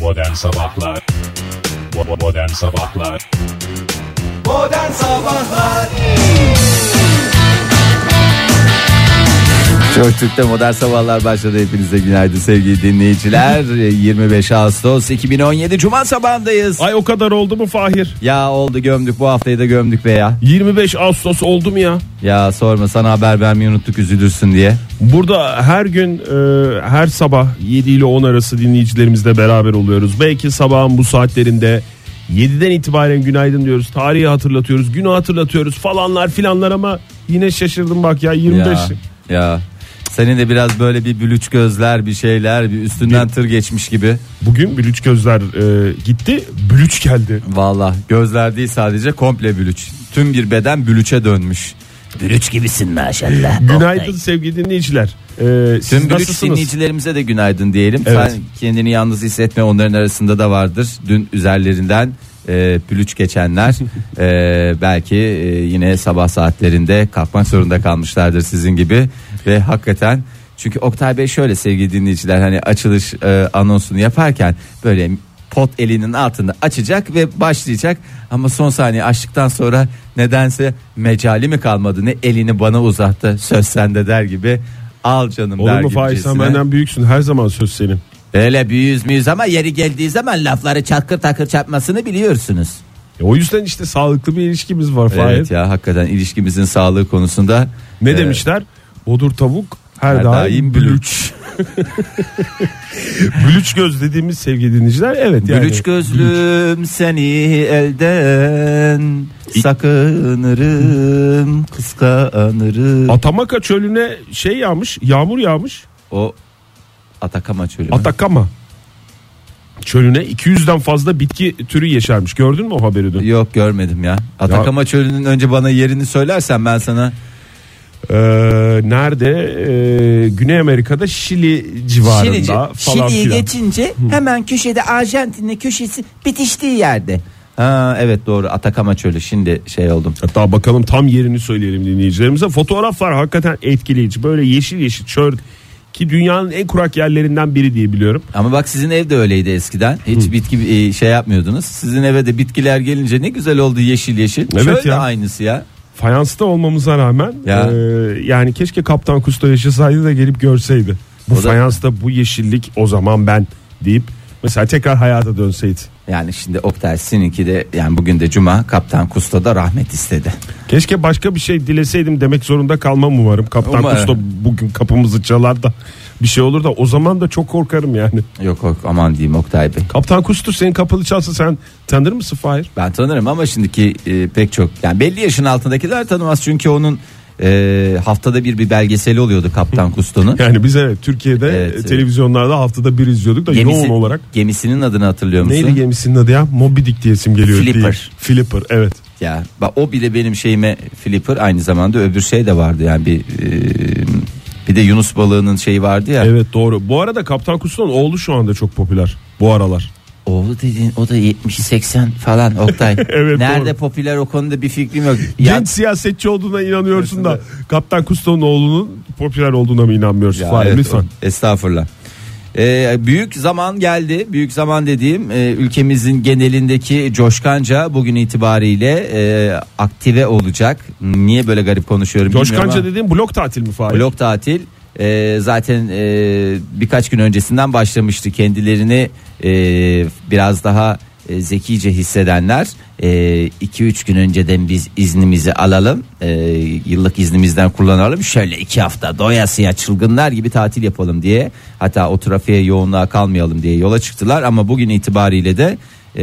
Modern Sabahlar Bo- Modern Sabahlar Modern Sabahlar Çok Türk'te modern sabahlar başladı. Hepinize günaydın sevgili dinleyiciler. 25 Ağustos 2017 Cuma sabahındayız. Ay o kadar oldu mu Fahir? Ya oldu gömdük bu haftayı da gömdük be ya. 25 Ağustos oldu mu ya? Ya sorma sana haber vermeyi unuttuk üzülürsün diye. Burada her gün e, her sabah 7 ile 10 arası dinleyicilerimizle beraber oluyoruz. Belki sabahın bu saatlerinde 7'den itibaren günaydın diyoruz. Tarihi hatırlatıyoruz, günü hatırlatıyoruz falanlar filanlar ama yine şaşırdım bak ya 25. Ya, ya. Senin de biraz böyle bir bülüç gözler bir şeyler bir üstünden tır geçmiş gibi. Bugün bülüç gözler e, gitti, bülüç geldi. Valla gözler değil sadece komple bülüç. Tüm bir beden bülüçe dönmüş. Bülüç gibisin maşallah. Günaydın sevgili dinleyiciler. E, siz Tüm bülüç nasılsınız? dinleyicilerimize de günaydın diyelim. Evet. Sen kendini yalnız hissetme onların arasında da vardır. Dün üzerlerinden e, pülüç geçenler e, belki e, yine sabah saatlerinde kalkmak zorunda kalmışlardır sizin gibi. Ve hakikaten çünkü Oktay Bey şöyle sevgili dinleyiciler hani açılış e, anonsunu yaparken böyle pot elinin altında açacak ve başlayacak ama son saniye açtıktan sonra nedense mecali mi kalmadı ne elini bana uzattı söz sende der gibi al canım Olur der mu Fahir sen gibicesine. benden büyüksün her zaman söz senin. Öyle büyüyüz müyüz ama yeri geldiği zaman lafları çakır takır çarpmasını biliyorsunuz. E, o yüzden işte sağlıklı bir ilişkimiz var Fahir. Evet ya hakikaten ilişkimizin sağlığı konusunda Ne e, demişler? Bodur tavuk her, her daim, daim bülüç. bülüç göz dediğimiz sevgili dinleyiciler evet yani. Gülüç gözlüm seni elden sakınırım kıskanırım. Atamaka çölüne şey yağmış yağmur yağmış o Atakama çölü. mü? Atakama çölüne 200'den fazla bitki türü yeşermiş gördün mü o haberi dün? Yok görmedim ya. Atakama çölünün önce bana yerini söylersen ben sana Ee, nerede? Ee, Güney Amerika'da Şili civarında Şili'ci. falan Şili'yi filan. geçince hemen köşede Arjantin'le köşesi bitiştiği yerde. Ha, evet doğru Atakama çölü şimdi şey oldum. Hatta bakalım tam yerini söyleyelim dinleyicilerimize. Fotoğraflar hakikaten etkileyici. Böyle yeşil yeşil çöl ki dünyanın en kurak yerlerinden biri diye biliyorum. Ama bak sizin ev de öyleydi eskiden. Hiç bitki e, şey yapmıyordunuz. Sizin eve de bitkiler gelince ne güzel oldu yeşil yeşil. Evet Çöl de ya. aynısı ya. Fayansta olmamıza rağmen Ya. e, yani keşke Kaptan Kusto yaşasaydı da gelip görseydi. Bu O da- fayansta bu yeşillik o zaman ben deyip mesela tekrar hayata dönseydi. Yani şimdi Oktay seninki de yani bugün de cuma Kaptan Kusta da rahmet istedi. Keşke başka bir şey dileseydim demek zorunda kalmam umarım. Kaptan Umarım. Kusto bugün kapımızı çalar da bir şey olur da o zaman da çok korkarım yani. Yok yok aman diyeyim Oktay Bey. Kaptan Kusto senin kapını çalsa sen tanır mısın Fahir? Ben tanırım ama şimdiki e, pek çok yani belli yaşın altındakiler tanımaz çünkü onun e, haftada bir bir belgeseli oluyordu Kaptan Kusto'nun. Yani biz evet Türkiye'de e, Evet, evet. televizyonlarda haftada bir izliyorduk da Gemisi- yoğun olarak. Gemisinin adını hatırlıyor musun? Neydi gemisinin adı ya? Moby Dick diyesim geliyor. Flipper. diye. Flipper evet. Ya bak o bile benim şeyime flipper aynı zamanda öbür şey de vardı yani bir e, bir de Yunus balığının şeyi vardı ya. Evet doğru. Bu arada Kaptan Kusto'nun oğlu şu anda çok popüler bu aralar. Oğlu dediğin o da 70 80 falan Oktay. Evet, Nerede doğru. popüler o konuda bir fikrim yok. Ya, Genç siyasetçi olduğuna inanıyorsun da Kaptan Kusto'nun oğlunun popüler olduğuna mı inanmıyorsun? Ya, Fahir evet, lütfen. o- estağfurullah. Ee, büyük zaman geldi. Büyük zaman dediğim e, ülkemizin genelindeki coşkanca bugün itibariyle e, aktive olacak. Niye böyle garip konuşuyorum bilmiyorum ama- Coşkanca dediğin blok tatil mi Fahir? Blok tatil e, zaten e, birkaç gün öncesinden başlamıştı kendilerini e, biraz daha e, zekice hissedenler 2-3 gün önceden biz iznimizi alalım e, yıllık iznimizden kullanalım şöyle 2 hafta doyasıya çılgınlar gibi tatil yapalım diye hatta o trafiğe yoğunluğa kalmayalım diye yola çıktılar ama bugün itibariyle de e,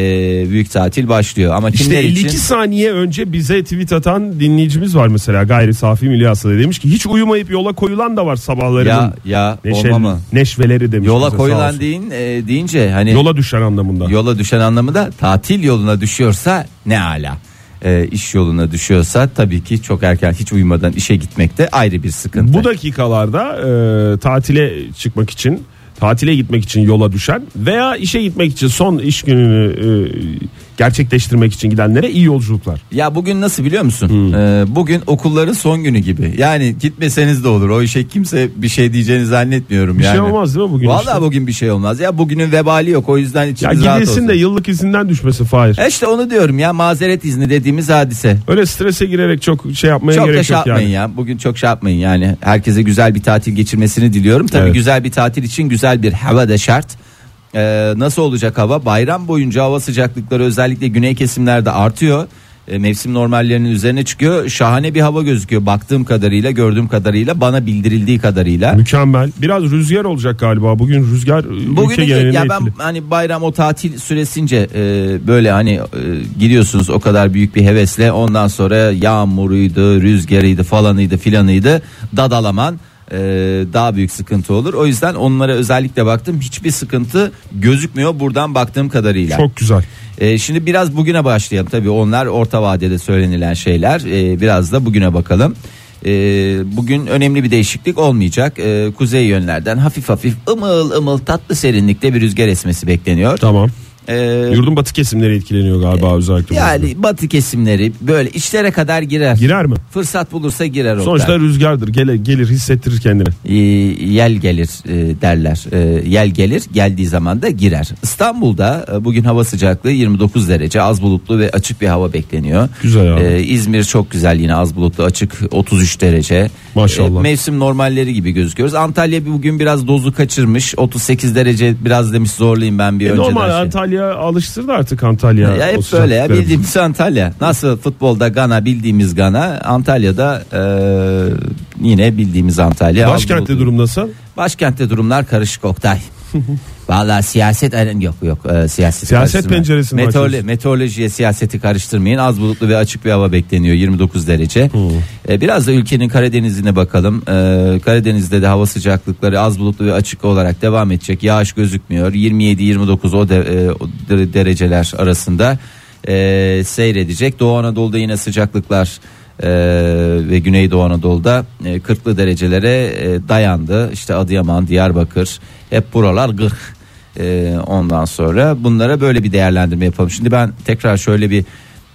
büyük tatil başlıyor ama İşte kimler 52 için? saniye önce bize tweet atan dinleyicimiz var mesela gayri safi milli demiş ki hiç uyumayıp yola koyulan da var sabahları. ya ya Neşe, olma mı? neşveleri demiş. bize, Yola sağ koyulan olsun. deyin, e, deyince hani Yola düşen anlamında. Yola düşen anlamında tatil yoluna düşüyorsa ne ala. Ee, iş yoluna düşüyorsa tabii ki çok erken hiç uyumadan işe gitmek de ayrı bir sıkıntı. Bu dakikalarda e, tatile çıkmak için tatile gitmek için yola düşen veya işe gitmek için son iş gününü e, gerçekleştirmek için gidenlere iyi yolculuklar. Ya bugün nasıl biliyor musun? Hmm. Ee, bugün okulların son günü gibi. Yani gitmeseniz de olur. O işe kimse bir şey diyeceğini zannetmiyorum Bir yani. şey olmaz değil mi bugün? Vallahi işte? bugün bir şey olmaz. Ya bugünün vebali yok. O yüzden Ya içimiz rahat olsun. gidilsin de yıllık izinden düşmesi Fahir. E İşte onu diyorum ya mazeret izni dediğimiz hadise. Öyle strese girerek çok şey yapmaya Çok da gerek şey yok yapmayın yani. ya. Bugün çok şey yapmayın yani. Herkese güzel bir tatil geçirmesini diliyorum. Tabii Evet. güzel bir tatil için güzel bir hava da şart. Ee, nasıl olacak hava? Bayram boyunca hava sıcaklıkları özellikle güney kesimlerde artıyor. Ee, mevsim normallerinin üzerine çıkıyor. Şahane bir hava gözüküyor baktığım kadarıyla, gördüğüm kadarıyla, bana bildirildiği kadarıyla. Mükemmel. Biraz rüzgar olacak galiba. Bugün rüzgar e, Bugün ülke ya genelinde ben etkili. hani bayram o tatil süresince e, böyle hani e, gidiyorsunuz o kadar büyük bir hevesle ondan sonra yağmuruydu, rüzgarıydı falanıydı filanıydı dadalaman e, daha büyük sıkıntı olur. O yüzden onlara özellikle baktım hiçbir sıkıntı gözükmüyor buradan baktığım kadarıyla. Çok güzel. E, şimdi biraz bugüne başlayalım tabii onlar orta vadede söylenilen şeyler E, biraz da bugüne bakalım. E, bugün önemli bir değişiklik olmayacak. E, kuzey yönlerden hafif hafif ımıl ımıl tatlı serinlikte bir rüzgar esmesi bekleniyor. Tamam. E, Yurdun batı kesimleri etkileniyor galiba özellikle. bugün. yani batı kesimleri böyle içlere kadar girer. Girer mi? Fırsat bulursa girer. Oktay. Sonuçta rüzgardır. Gele, gelir hissettirir kendini. E, yel gelir e, derler. E, yel gelir geldiği zaman da girer. İstanbul'da e, bugün hava sıcaklığı 29 derece az bulutlu ve açık bir hava bekleniyor. Güzel abi. E, İzmir çok güzel yine az bulutlu açık 33 derece. Maşallah. E, mevsim normalleri gibi gözüküyoruz. Antalya bir- bugün biraz dozu kaçırmış 38 derece biraz demiş zorlayayım ben bir E önceden. normal şey. Antalya alıştırdı artık Antalya. Ya, o hep sıcaklıkları. böyle ya bildiğimiz Antalya. Nasıl futbolda Gana bildiğimiz Gana, Antalya'da e, yine bildiğimiz Antalya. Az Başkentte bulutlu. durum nasıl? Başkentte durumlar karışık Oktay. Vallahi siyaset aran yok yok e, siyaset. Siyaset karıştırmayın. penceresini Meteorolo- açıyorsun. meteorolojiye siyaseti karıştırmayın. Az bulutlu ve açık bir hava bekleniyor 29 derece. E, biraz da ülkenin Karadeniz'ine bakalım. E, Karadeniz'de de hava sıcaklıkları az bulutlu ve açık olarak devam edecek. Yağış gözükmüyor. 27-29 o, de- e, o dere- dereceler arasında e, seyredecek. Doğu Anadolu'da yine sıcaklıklar e, ve Güneydoğu Anadolu'da e, 40'lı derecelere e, dayandı. İşte Adıyaman, Diyarbakır hep buralar 40. E, ondan sonra bunlara böyle bir değerlendirme yapalım. Şimdi ben tekrar şöyle bir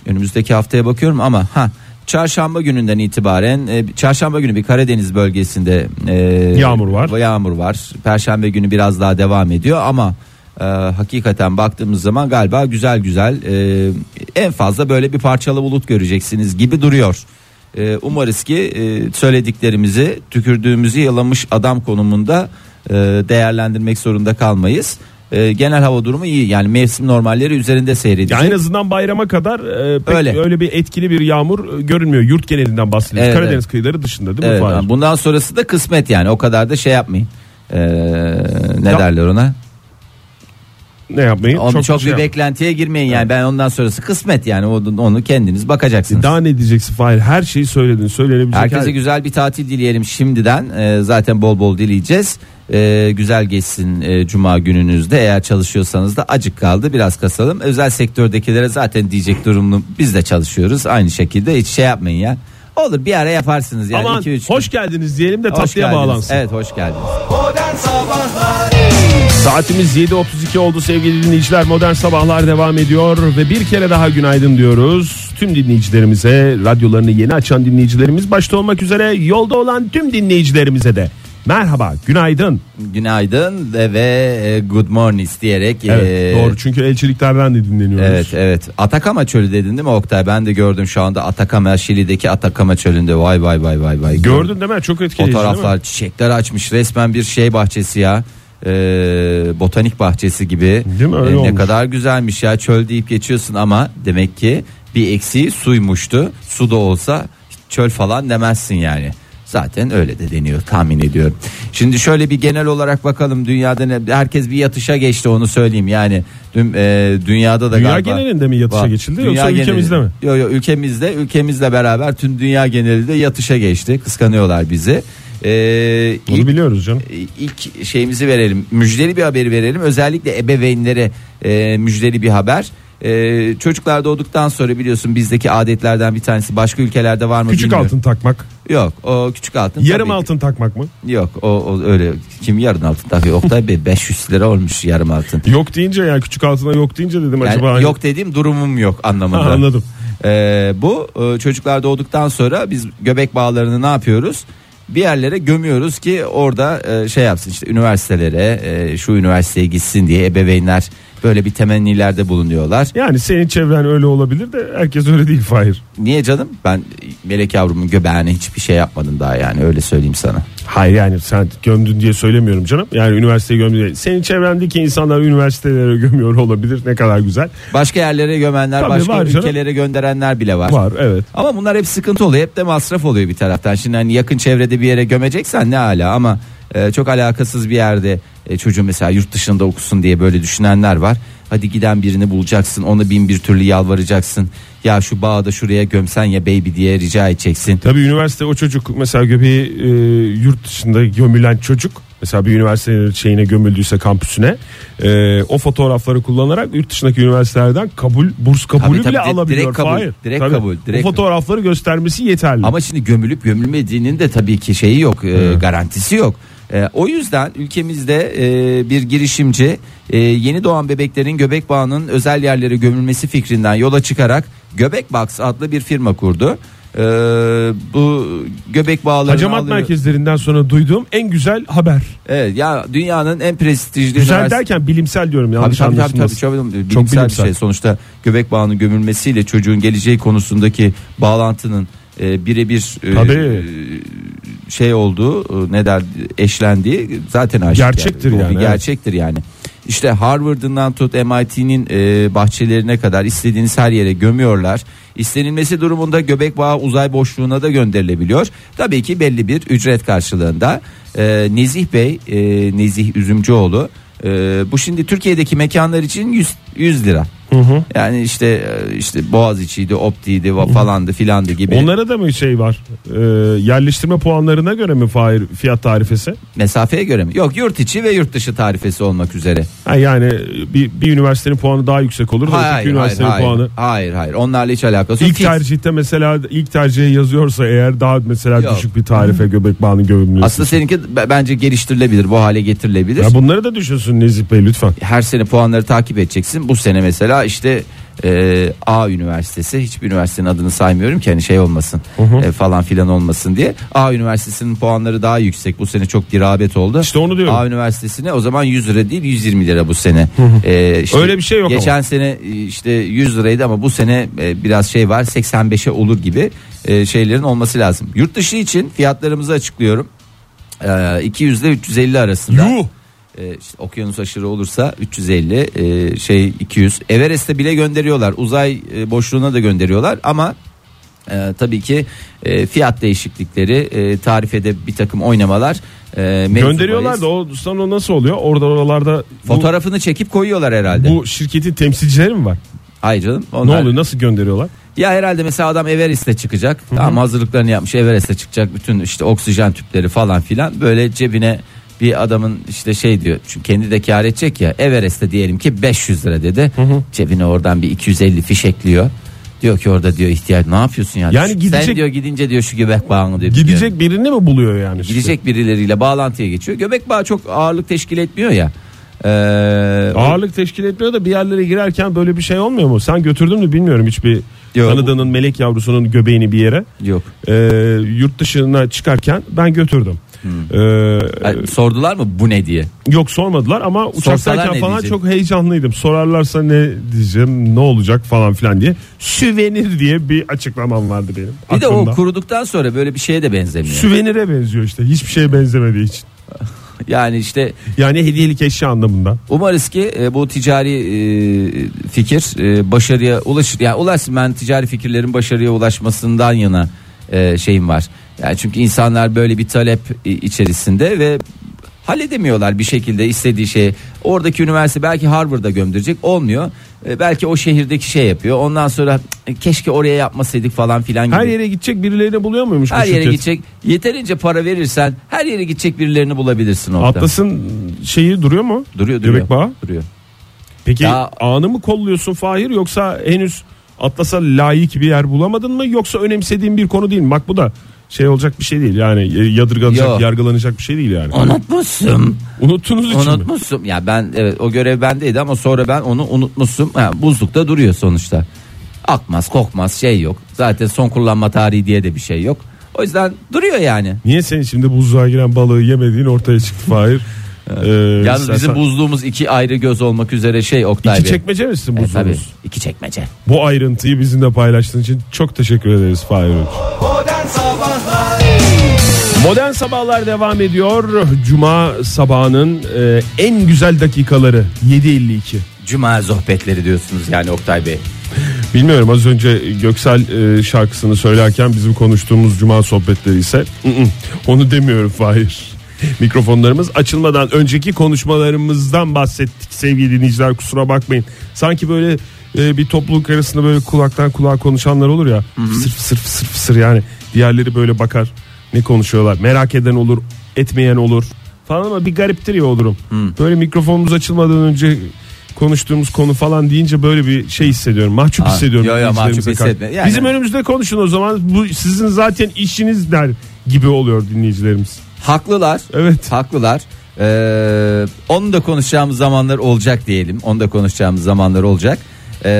önümüzdeki haftaya bakıyorum ama ha çarşamba gününden itibaren e, çarşamba günü bir Karadeniz bölgesinde e, Yağmur var. Yağmur var. Perşembe günü biraz daha devam ediyor ama e, hakikaten baktığımız zaman galiba güzel güzel e, en fazla böyle bir parçalı bulut göreceksiniz gibi duruyor. E, umarız ki e, söylediklerimizi tükürdüğümüzü yalamış adam konumunda e, değerlendirmek zorunda kalmayız. E, genel hava durumu iyi yani mevsim normalleri üzerinde seyredecek. Ya en azından bayrama kadar e, pek Öyle. öyle. bir etkili bir yağmur e, görünmüyor. Yurt genelinden bahsediyoruz. Evet, Karadeniz evet. kıyıları dışında değil mi Evet, Fahir? yani bundan sonrası da kısmet yani o kadar da şey yapmayın. E, ne Yap- derler ona? Ne yapmayın? Onu çok, şey bir yap- beklentiye girmeyin yani ben ondan sonrası kısmet yani onu, onu kendiniz bakacaksınız. Daha ne diyeceksin Fahir? Her şeyi söyledin. Söylenebilecek Herkese her- güzel bir tatil dileyelim şimdiden Ee, zaten bol bol dileyeceğiz. Ee, güzel geçsin e, cuma gününüzde eğer çalışıyorsanız da acık kaldı biraz kasalım. Özel sektördekilere zaten diyecek durumlu biz de çalışıyoruz aynı şekilde hiç şey yapmayın ya. Olur bir ara yaparsınız yani Aman 2-3 hoş geldiniz diyelim de tatlıya bağlansın. Evet hoş geldiniz. Modern Sabahlar Saatimiz 7.32 oldu sevgili dinleyiciler. Modern Sabahlar devam ediyor ve bir kere daha günaydın diyoruz. Tüm dinleyicilerimize, radyolarını yeni açan dinleyicilerimiz başta olmak üzere yolda olan tüm dinleyicilerimize de merhaba, günaydın. Günaydın ve- ve e, good morning diyerek. Evet, e, doğru çünkü elçiliklerden de dinleniyoruz. Evet evet. Atakama çölü dedin değil mi Oktay? Ben de gördüm şu anda Atakama Şili'deki Atakama çölünde. Vay vay vay vay vay. Gördün değil mi? Çok etkileyici değil mi? Fotoğraflar çiçekler açmış resmen bir şey bahçesi ya. Ee, botanik bahçesi gibi. Ee, Değil mi? Öyle ne olmuş. kadar güzelmiş ya çöl deyip geçiyorsun ama demek ki bir eksiği suymuştu. Su da olsa çöl falan demezsin yani. Zaten öyle de deniyor tahmin ediyorum. Şimdi şöyle bir genel olarak bakalım dünyada ne, herkes bir yatışa geçti onu söyleyeyim yani. Dün, e, dünyada da Dünya galiba. genelinde mi yatışa Va- geçildi Dünya yoksa ülkemizde mi? Yok yok ülkemizde ülkemizle beraber tüm dünya genelinde yatışa geçti. Kıskanıyorlar bizi. Ee, Bunu ilk- biliyoruz canım. ilk şeyimizi verelim. Müjdeli bir haberi verelim. Özellikle ebeveynlere e, müjdeli bir haber. Ee, çocuklar doğduktan sonra biliyorsun bizdeki adetlerden bir tanesi başka ülkelerde var mı Küçük bilmiyorum. altın takmak. Yok o küçük altın. Yarım tabii ki- altın takmak mı? Yok o, o öyle kim yarım altın takıyor. Oktay Bey 500 lira olmuş yarım altın. Yok deyince ya küçük altına yok deyince dedim Yani acaba. hani- yok dediğim durumum yok anlamında. Ha, anladım. Ee, bu e, çocuklar doğduktan sonra biz göbek bağlarını ne yapıyoruz? Bir yerlere gömüyoruz ki orada e, şey yapsın işte üniversitelere e, şu üniversiteye gitsin diye ebeveynler böyle bir temennilerde bulunuyorlar. Yani senin çevren öyle olabilir de herkes öyle değil Fahir. Niye canım? Ben melek yavrumun göbeğine hiçbir şey yapmadım daha yani öyle söyleyeyim sana. Hayır yani sen gömdün diye söylemiyorum canım. Yani üniversiteye gömdün diye. Senin çevrendeki insanlar üniversitelere gömüyor olabilir. Ne kadar güzel. Başka yerlere gömenler, Tabii başka var canım. ülkelere gönderenler bile var. Var evet. Ama bunlar hep sıkıntı oluyor. Hep de masraf oluyor bir taraftan. Şimdi hani yakın çevrede bir yere gömeceksen ne ala ama e, çok alakasız bir yerde e, çocuğu mesela yurt dışında okusun diye böyle düşünenler var. Hadi giden birini bulacaksın. Ona bin bir türlü yalvaracaksın. Ya şu bağda şuraya gömsen ya baby diye rica edeceksin. Tabii üniversite o çocuk mesela göbeği e, yurt dışında gömülen çocuk. Mesela bir üniversitenin şeyine gömüldüyse kampüsüne e, o fotoğrafları kullanarak yurt dışındaki üniversitelerden kabul burs Tabii, kabulü tabii, bile direkt alabiliyor. kabul, Hayır. direkt Tabii. kabul, direkt o fotoğrafları göstermesi yeterli. Ama şimdi gömülüp gömülmediğinin de tabii ki şeyi yok, e, garantisi yok. E, o yüzden ülkemizde e, bir girişimci e, yeni doğan bebeklerin göbek bağının özel yerlere gömülmesi fikrinden yola çıkarak Göbek Box adlı bir firma kurdu. E, bu göbek bağlarını Hacamat alıyor- merkezlerinden sonra duyduğum en güzel haber. Evet, ya dünyanın en prestijli Güzel üniversite- derken bilimsel diyorum Tabii yanlış tabii tabii, tabii, anlaşılmasın. çok bilimsel, Çok bir bilimsel. şey. Sonuçta göbek bağının gömülmesiyle çocuğun geleceği konusundaki bağlantının e, birebir e, Tabii. e, şey olduğu e, ne der eşlendiği zaten aşikar. Gerçektir Bu bir yani, evet. Gerçektir yani. İşte Harvard'ından tut MIT'nin e, bahçelerine kadar istediğiniz her yere gömüyorlar. İstenilmesi durumunda göbek bağı uzay boşluğuna da gönderilebiliyor. Tabii ki belli bir ücret karşılığında. E, Nezih Bey, e, Nezih Üzümcüoğlu e, bu şimdi Türkiye'deki mekanlar için 100, 100 lira. Yani işte e, işte Boğaziçi'ydi, Opti'ydi va- falandı filandı gibi. Onlara da mı şey var? Ee, yerleştirme puanlarına göre mi Fahir fiyat tarifesi? Mesafeye göre mi? Yok yurt içi ve yurt dışı tarifesi olmak üzere. Ha yani bir, bir üniversitenin puanı daha yüksek olur da öteki üniversitenin hayır, puanı. hayır hayır onlarla hiç alakası yok. İlk Fix. tercihte mesela ilk tercihe yazıyorsa eğer daha mesela Yok. düşük bir tarife göbek bağının gömülmesi. Aslında seninki b- bence geliştirilebilir bu hale getirilebilir. Ya bunları da düşünsün Nezih Bey lütfen. Her sene puanları takip edeceksin. Bu sene mesela işte e, A üniversitesi hiçbir üniversitenin adını saymıyorum ki hani şey olmasın e, falan filan olmasın diye. A üniversitesinin puanları daha yüksek. Bu sene çok bir rağbet oldu. İşte onu diyorum. A üniversitesine o zaman 100 lira değil 120 lira bu sene. E, işte Öyle bir şey yok ama. Geçen sene e, işte 100 liraydı ama bu sene e, biraz şey var 85'e olur gibi e, şeylerin olması lazım. Yurt dışı için fiyatlarımızı açıklıyorum. E, 200 ile 350 arasında. Yuh! E, işte okyanus aşırı olursa 350 e, şey 200 Everest'e bile gönderiyorlar uzay e, boşluğuna da gönderiyorlar ama e, tabii ki e, fiyat değişiklikleri e, tarifede bir takım oynamalar e, mevzu Gönderiyorlar bahis. da o sonra o nasıl oluyor? Orada oralarda bu, fotoğrafını çekip koyuyorlar herhalde. bu şirketin temsilcileri mi var? Hayır canım. Ne onlar- oluyor? Nasıl gönderiyorlar? Ya herhalde mesela adam Everest'e çıkacak. Tamam hazırlıklarını yapmış Everest'e çıkacak. Bütün işte oksijen tüpleri falan filan böyle cebine bir adamın işte şey diyor. Çünkü kendi de kar edecek ya. Everest'e diyelim ki 500 lira dedi. Cebine oradan bir 250 fişekliyor. Diyor ki orada diyor ihtiyaç ne yapıyorsun yani? Yani Şu- Sen gidecek- diyor gidince diyor şu göbek bağını diyor. biliyorum. Gidecek birini mi buluyor yani? işte? Gidecek birileriyle bağlantıya geçiyor. Göbek bağı çok ağırlık teşkil etmiyor ya. Ee, Ağırlık teşkil etmiyor da bir yerlere girerken böyle bir şey olmuyor mu? Sen götürdün mü bilmiyorum hiçbir Yok. tanıdığının melek yavrusunun göbeğini bir yere. Yok. Ee, yurt dışına çıkarken ben götürdüm. Ee, Hmm. Ay, Sordular mı bu ne diye? yok sormadılar ama Sorsalar uçaktayken ne falan diyeceksin? çok heyecanlıydım. Sorarlarsa ne diyeceğim ne olacak falan filan diye. Süvenir diye bir açıklamam vardı benim. Bir de o aklımda. kuruduktan sonra böyle bir şeye de benzemiyor. Süvenire benziyor işte hiçbir şeye benzemediği için. Yani işte Yani hediyelik eşya anlamında. umarız ki e, bu ticari e, fikir e, başarıya ulaşır. Yani ulaşsın ben ticari fikirlerin başarıya ulaşmasından yana e, şeyim var. Yani çünkü insanlar böyle bir talep e, içerisinde ve halledemiyorlar bir şekilde istediği şeyi. Oradaki üniversite belki Harvard'a gömdürecek olmuyor. E, belki o şehirdeki şey yapıyor. Ondan sonra "Cık, keşke oraya yapmasaydık falan filan gibi. Her yere gidecek birilerini buluyor muymuş bu Her yere şirket? gidecek. Yeterince para verirsen her yere gidecek birilerini bulabilirsin orada. Atlas'ın şeyi duruyor mu? Duruyor duruyor. Göbek bağı? Duruyor. Peki Daha- anı mı kolluyorsun Fahir yoksa henüz atlasa layık bir yer bulamadın mı yoksa önemsediğin bir konu değil mi? Bak bu da şey olacak bir şey değil yani e, yadırganacak Yok. yargılanacak bir şey değil yani. Unutmuşsun. Unuttuğunuz için mi? Unutmuşsun. Ya ben evet o görev bendeydi ama sonra ben onu unutmuşum. Ha, buzlukta duruyor sonuçta. Akmaz, kokmaz şey yok. Zaten son kullanma tarihi diye de bir şey yok. O yüzden duruyor yani. Niye senin şimdi buzluğa giren balığı yemediğin ortaya çıktı Fahir? Ee, Yalnız istersen- bizim buzluğumuz iki ayrı göz olmak üzere şey Oktay İki Bey. çekmece misin E, tabii, buzluğumuz? iki çekmece. Bu ayrıntıyı bizimle paylaştığın için çok teşekkür ederiz Fahir. Öğünç. Modern Sabahlar Modern Sabahlar devam ediyor. Cuma sabahının e, en güzel dakikaları 7.52. Cuma sohbetleri diyorsunuz yani Oktay Bey. Bilmiyorum az önce Göksel e, şarkısını söylerken bizim konuştuğumuz cuma sohbetleri ise "Mm-mm, onu demiyorum Fahir. Mikrofonlarımız açılmadan önceki konuşmalarımızdan bahsettik sevgili dinleyiciler kusura bakmayın. Sanki böyle e, bir topluluk arasında böyle kulaktan kulağa konuşanlar olur ya. Sırf sırf sırf sır yani diğerleri böyle bakar ne konuşuyorlar merak eden olur etmeyen olur falan ama bir gariptir ya o durum. Böyle mikrofonumuz açılmadan önce konuştuğumuz konu falan deyince böyle bir şey hissediyorum. Mahcup Aa, hissediyorum. yo yo, dinleyicilerimize mahcup karşı. hissetme. Yani- Bizim önümüzde konuşun o zaman. Bu sizin zaten işiniz der gibi oluyor dinleyicilerimiz. Haklılar. Evet. Haklılar. Ee, onu da konuşacağımız zamanlar olacak diyelim. Onu da konuşacağımız zamanlar olacak. Ee,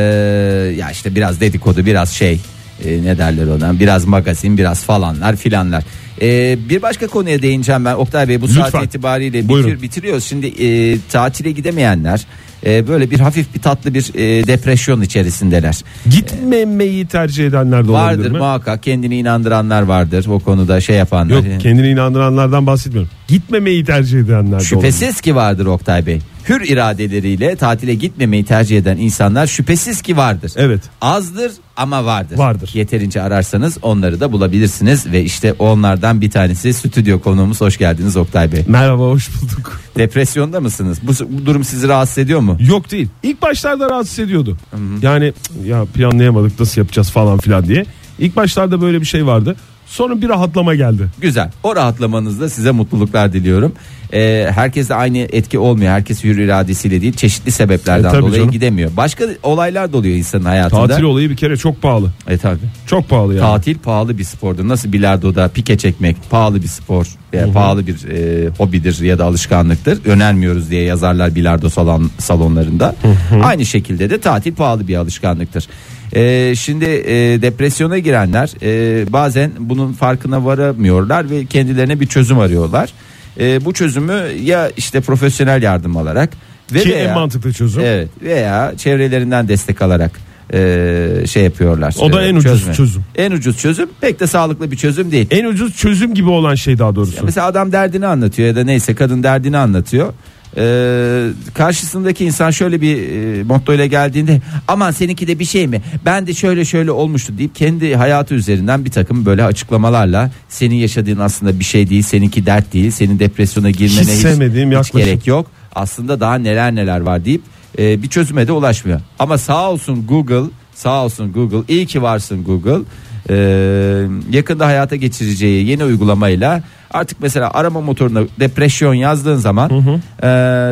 ya işte biraz dedikodu, biraz şey e, ne derler ona, biraz magazin, biraz falanlar filanlar. Ee, bir başka konuya değineceğim ben Oktay Bey bu Lütfen. saat itibariyle Buyurun. bitir, bitiriyoruz. Şimdi e, tatile gidemeyenler e, böyle bir hafif bir tatlı bir e, depresyon içerisindeler. Gitmemeyi tercih edenler de Vardır olabilir mi? muhakkak kendini inandıranlar vardır o konuda şey yapanlar. Yok Yani- kendini inandıranlardan bahsetmiyorum. Gitmemeyi tercih edenler de olabilir. Şüphesiz ki vardır Oktay Bey. Hür iradeleriyle tatile gitmemeyi tercih eden insanlar şüphesiz ki vardır. Evet. Azdır ama vardır. Vardır. Yeterince ararsanız onları da bulabilirsiniz ve işte onlardan bir tanesi stüdyo konuğumuz. Hoş geldiniz Oktay Bey. Merhaba hoş bulduk. Depresyonda mısınız? Bu, bu durum sizi rahatsız ediyor mu? Yok değil. İlk başlarda rahatsız ediyordu. Yani "Cık, ya planlayamadık nasıl yapacağız falan filan diye. İlk başlarda böyle bir şey vardı. Sonra bir rahatlama geldi. Güzel. O rahatlamanızda size mutluluklar diliyorum. Ee, herkes de aynı etki olmuyor. Herkes hür iradesiyle değil çeşitli sebeplerden E, tabii dolayı canım. gidemiyor. Başka olaylar da oluyor insanın hayatında. Tatil olayı bir kere çok pahalı. E, tabii. Çok pahalı yani. Tatil pahalı bir spordur. Nasıl bilardoda pike çekmek pahalı bir spor, e, pahalı bir e, hobidir ya da alışkanlıktır. Önermiyoruz diye yazarlar bilardo salon salonlarında. Aynı şekilde de tatil pahalı bir alışkanlıktır. E, şimdi e, depresyona girenler e, bazen bunun farkına varamıyorlar ve kendilerine bir çözüm arıyorlar. E, bu çözümü ya işte profesyonel yardım alarak ve Ki en veya- mantıklı çözüm. Evet veya çevrelerinden destek alarak e, şey yapıyorlar. O da E, en ucuz çözüm. En ucuz çözüm pek de sağlıklı bir çözüm değil. En ucuz çözüm gibi olan şey daha doğrusu. Mesela adam derdini anlatıyor ya da neyse kadın derdini anlatıyor. E, karşısındaki insan şöyle bir e, motto ile geldiğinde aman seninki de bir şey mi ben de şöyle şöyle olmuştu deyip kendi hayatı üzerinden bir takım böyle açıklamalarla senin yaşadığın aslında bir şey değil seninki dert değil senin depresyona girmene hiç, sevmediğim hiç yaklaşım. gerek yok aslında daha neler neler var deyip e, bir çözüme de ulaşmıyor ama sağ olsun Google sağ olsun Google iyi ki varsın Google e, yakında hayata geçireceği yeni uygulamayla artık mesela arama motoruna depresyon yazdığın zaman e,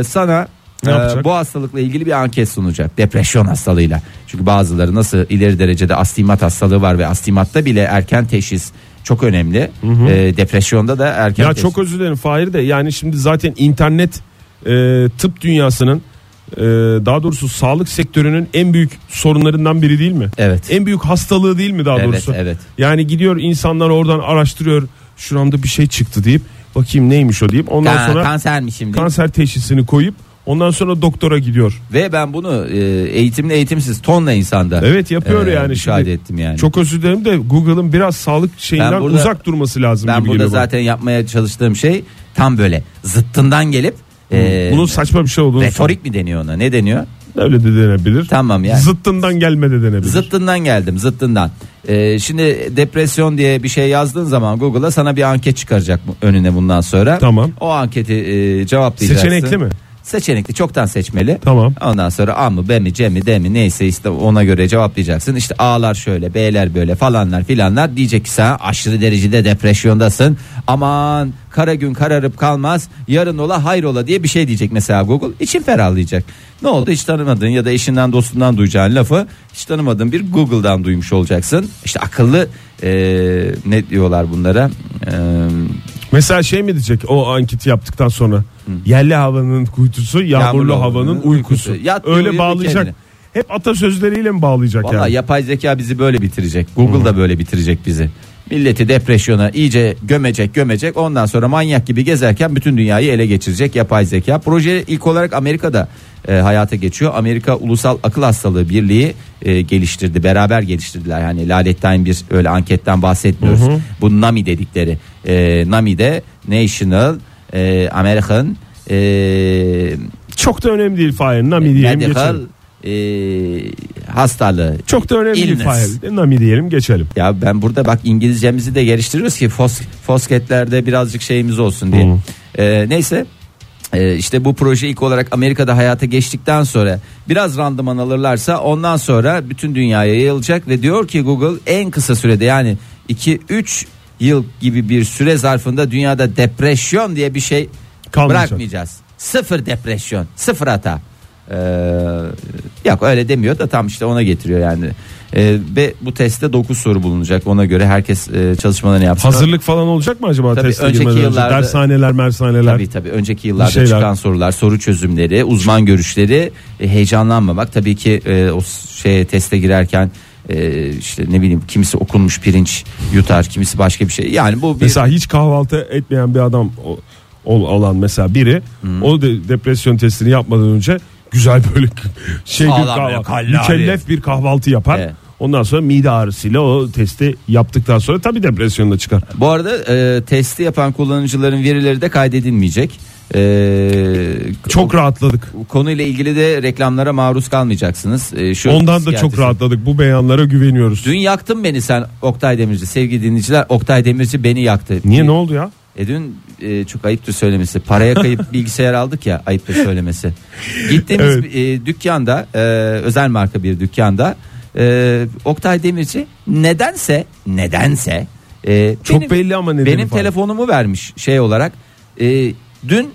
sana Ne e, yapacak? bu hastalıkla ilgili bir anket sunacak depresyon hastalığıyla çünkü bazıları nasıl ileri derecede astigmat hastalığı var ve astigmatta bile erken teşhis çok önemli E, depresyonda da erken Ya teşhis. çok özür dilerim Fahir de yani şimdi zaten internet e, tıp dünyasının e, daha doğrusu sağlık sektörünün en büyük sorunlarından biri değil mi? Evet. En büyük hastalığı değil mi daha Evet, doğrusu? evet. Yani gidiyor insanlar oradan araştırıyor şuramda bir şey çıktı deyip bakayım neymiş o deyip ondan Ka- sonra kansermişim diye. kanser teşhisini koyup ondan sonra doktora gidiyor. Ve ben bunu e, eğitimli eğitimsiz tonla insanda. e, Evet, yapıyor Ee, yani Müşahede şimdi. ettim yani. Çok özür dilerim de Google'ın biraz sağlık şeyinden burada- uzak durması lazım ben gibi burada geliyor bana. zaten yapmaya çalıştığım şey tam böyle zıttından gelip e, Bunun saçma bir şey olduğunu retorik mi deniyor ona? Ne deniyor? Öyle de denebilir. Tamam yani. Zıttından gelme de denebilir. Zıttından geldim zıttından. Ee, şimdi depresyon diye bir şey yazdığın zaman Google'a sana bir anket çıkaracak bu- önüne bundan sonra. Tamam. O anketi e, cevaplayacaksın. Seçenekli mi? Seçenekli çoktan seçmeli. Tamam. Ondan sonra A mı B mi C mi D mi neyse işte ona göre cevaplayacaksın. İşte A'lar şöyle B'ler böyle falanlar filanlar diyecek ki sen aşırı derecede depresyondasın. Aman kara gün kararıp kalmaz yarın ola hayrola diye bir şey diyecek mesela Google. İçin ferahlayacak. Ne oldu hiç tanımadığın ya da eşinden dostundan duyacağın lafı hiç tanımadığın bir Google'dan duymuş olacaksın. İşte akıllı eee, ne diyorlar bunlara Eee Mesela şey mi diyecek o anketi yaptıktan sonra? Yerli havanın kuytusu, yağmurlu, Yağmurlu havanın, havanın uykusu. uykusu. Yat diyor, Öyle uyuyor bağlayacak. kendine. Hep atasözleriyle mi bağlayacak Valla yani? yapay zeka bizi böyle bitirecek. Google da böyle bitirecek bizi. Milleti depresyona iyice gömecek gömecek ondan sonra manyak gibi gezerken bütün dünyayı ele geçirecek yapay zeka. Proje ilk olarak Amerika'da e, hayata geçiyor. Amerika Ulusal Akıl Hastalığı Birliği e, geliştirdi beraber geliştirdiler. Yani laletten bir öyle anketten bahsetmiyoruz. Bu NAMI dedikleri e, NAMI'de National e, American e, Çok da önemli değil Fahir. Nami diyelim Medical geçelim. e, hastalığı Çok da önemli değil illness. Fahir. E, Nami diyelim geçelim. Ya ben burada bak İngilizcemizi de geliştiriyoruz ki fos, fosketlerde birazcık şeyimiz olsun diye. Hı. Ee, neyse Ee, işte bu proje ilk olarak Amerika'da hayata geçtikten sonra biraz randıman alırlarsa ondan sonra bütün dünyaya yayılacak ve diyor ki Google en kısa sürede yani 2-3 yıl gibi bir süre zarfında dünyada depresyon diye bir şey Kalmayacak. bırakmayacağız. Sıfır depresyon, sıfır hata. Ee, yok öyle demiyor da tam işte ona getiriyor yani. Ee, ve bu testte 9 soru bulunacak. Ona göre herkes e, çalışmalarını yapsın. Hazırlık falan olacak mı acaba Tabii teste önceki girmeden önce? yıllarda- Dershaneler, mersaneler. Tabii tabii önceki yıllarda Bir şeyler. çıkan sorular, soru çözümleri, uzman görüşleri e, heyecanlanmamak. Tabii ki e, o s- şeye teste girerken e, işte ne bileyim kimisi okunmuş pirinç yutar, kimisi başka bir şey. Yani bu bir Mesela hiç kahvaltı etmeyen bir adam o- ol olan mesela biri Hmm. o de depresyon testini yapmadan önce güzel böyle şey bir Sağlam böyle kahvaltı, kallavi. mükellef bir kahvaltı yapar. Evet. Ondan sonra mide ağrısıyla o testi yaptıktan sonra tabii depresyon da çıkar. Bu arada e, testi yapan kullanıcıların verileri de kaydedilmeyecek. E, Çok rahatladık. konuyla ilgili de reklamlara maruz kalmayacaksınız. E, şu Ondan da çok psikiyatrist- rahatladık. Bu beyanlara güveniyoruz. Dün yaktın beni sen Oktay Demirci. Sevgili dinleyiciler Oktay Demirci beni yaktı. Niye ne oldu ya? E dün e, çok ayıptır söylemesi. Paraya kayıp bilgisayar aldık ya ayıptır söylemesi. Gittiğimiz Evet. e, dükkanda e, özel marka bir dükkanda e, Oktay Demirci nedense nedense e, Çok belli ama nedeni benim falan. telefonumu vermiş şey olarak E, dün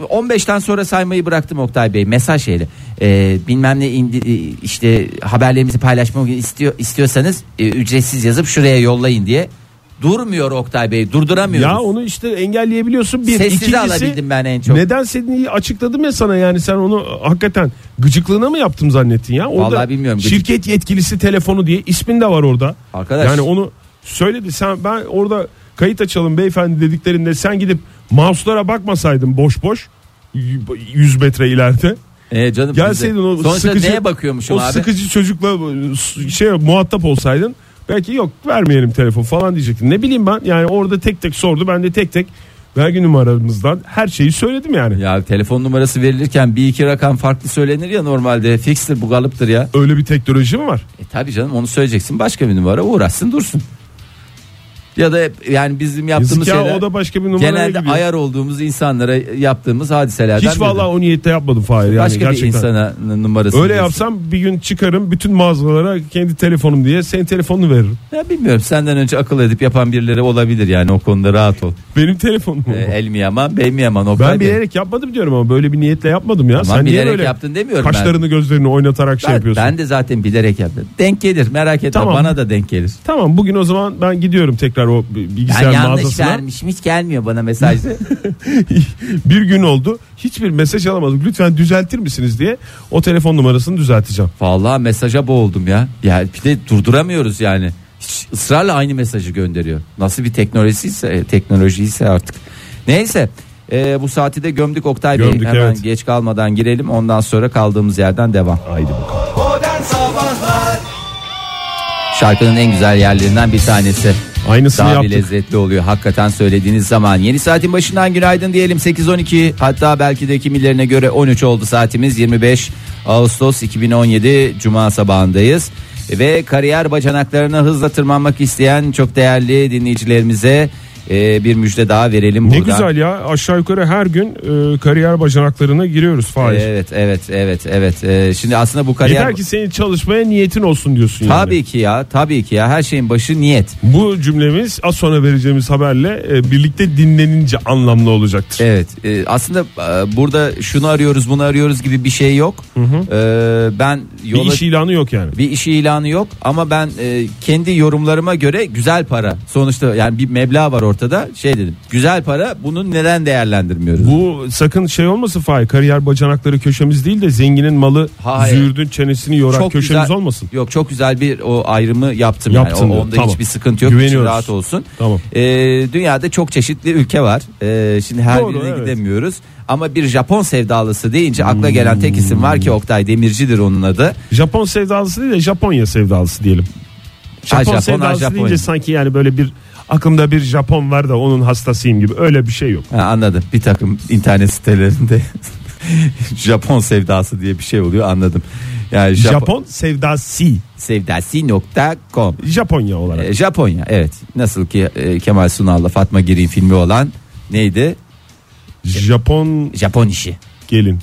15'ten sonra saymayı bıraktım Oktay Bey mesaj şeyle. E, bilmem ne indi, e, işte haberlerimizi paylaşmak istiyor istiyorsanız e, ücretsiz yazıp şuraya yollayın diye. Durmuyor Oktay Bey durduramıyoruz. Ya onu işte engelleyebiliyorsun. Bir, Sessize İkincisi, alabildim ben en çok. Neden seni açıkladım ya sana yani sen onu hakikaten gıcıklığına mı yaptım zannettin ya? Orada Vallahi bilmiyorum, gıcık. Şirket yetkilisi telefonu diye ismin de var orada. Arkadaş. Yani onu söyledi sen ben orada kayıt açalım beyefendi dediklerinde sen gidip mouse'lara bakmasaydın boş boş 100 metre ileride. E canım Gelseydin o bize. Sonuçta sıkıcı, neye bakıyormuşum o abi? sıkıcı çocukla e, şey muhatap olsaydın belki yok vermeyelim telefon falan diyecektin. Ne bileyim ben yani orada tek tek sordu ben de tek tek vergi numaramızdan her şeyi söyledim yani. Ya telefon numarası verilirken bir iki rakam farklı söylenir ya normalde. Fixtir bu galıptır ya. Öyle bir teknoloji mi var? E tabi canım onu söyleyeceksin başka bir numara uğraşsın dursun. Ya da hep- yani bizim Yazık yaptığımız ya şeyler o da başka bir numaraya genelde gidiyor. ayar olduğumuz insanlara yaptığımız hadiselerden Hiç vallahi biri. o niyette yapmadım Fahir yani başka bir gerçekten. insana numarası. Öyle yapsam bir gün çıkarım bütün mağazalara kendi telefonum diye senin telefonunu veririm. Ya bilmiyorum senden önce akıl edip yapan birileri olabilir yani o konuda rahat ol. Benim telefonum. E, el mi yaman, bey mi yaman? Oktay ben Bey. bilerek yapmadım diyorum ama böyle bir niyetle yapmadım ya. Tamam, Sen niye bilerek böyle yaptın demiyorum ben. kaşlarını gözlerini oynatarak şey ben, yapıyorsun? ben de zaten bilerek yaptım. Denk gelir merak etme Tamam. bana da denk gelir. Tamam bugün o zaman ben gidiyorum tekrar o bi- Ben bilgisayar yanlış mağazasına. vermişim hiç gelmiyor bana mesajı. bir gün oldu. Hiçbir mesaj alamadık. Lütfen düzeltir misiniz diye o telefon numarasını düzelteceğim. Vallahi mesaja boğuldum ya. Ya bir de durduramıyoruz yani. Hiç ısrarla aynı mesajı gönderiyor. Nasıl bir teknolojiyse teknolojiyse artık. Neyse e, bu saati de gömdük Oktay Gömdük, Bey. Hemen evet. geç kalmadan girelim. Ondan sonra kaldığımız yerden devam. Haydi bakalım. Modern Sabahlar Şarkının en güzel yerlerinden bir tanesi. Aynısını Daha bir yaptık. lezzetli oluyor hakikaten söylediğiniz zaman. Yeni saatin başından günaydın diyelim 8.12 hatta belki de kimilerine göre 13 oldu saatimiz 25 Ağustos 2017 Cuma sabahındayız. Ve kariyer bacanaklarına hızla tırmanmak isteyen çok değerli dinleyicilerimize e, bir müjde daha verelim Ne buradan. güzel ya aşağı yukarı her gün e, kariyer bacanaklarına giriyoruz Fahir. Evet evet evet evet. E, şimdi aslında bu kariyer Yeter ki senin çalışmaya niyetin olsun diyorsun yani. Tabii ki ya, tabii ki ya. Her şeyin başı niyet. Bu cümlemiz az sonra vereceğimiz haberle e, birlikte dinlenince anlamlı olacaktır. Evet e, aslında e, burada şunu arıyoruz bunu arıyoruz gibi bir şey yok. E, ben bir yola iş ilanı yok yani. bir iş ilanı yok ama ben e, kendi yorumlarıma göre güzel para. Sonuçta yani bir meblağ var ortada. Şey dedim. Güzel para. Bunu neden değerlendirmiyoruz? Bu sakın şey olmasın Fahir kariyer bacanakları köşemiz değil de zenginin malı Hayır. züğürdün çenesini yorar köşemiz güzel, olmasın. Yok çok güzel bir o ayrımı yaptım. Yaptın yani. O- diyor, Onda tamam. hiçbir sıkıntı yok. Güveniyoruz. İçin rahat olsun. Tamam. Ee, dünyada çok çeşitli ülke var. Ee, şimdi her Doğru, birine evet. gidemiyoruz. Ama bir Japon sevdalısı deyince akla gelen tek isim var Hmm. ki Oktay Demirci'dir onun adı. Japon sevdalısı değil de Japonya sevdalısı diyelim. Japon Ha, Japon, ha, sevdalısı Japonya. deyince sanki yani böyle bir aklımda bir Japon var da onun hastasıyım gibi öyle bir şey yok. Ha, anladım. Bir takım internet sitelerinde Japon sevdası diye bir şey oluyor anladım. Yani Japon, Japon, sevdası sevdasi.com Japonya olarak. Ee, Japonya evet. Nasıl ki e, Kemal Sunal'la Fatma Girin filmi olan neydi? Japon Japon işi. gelin.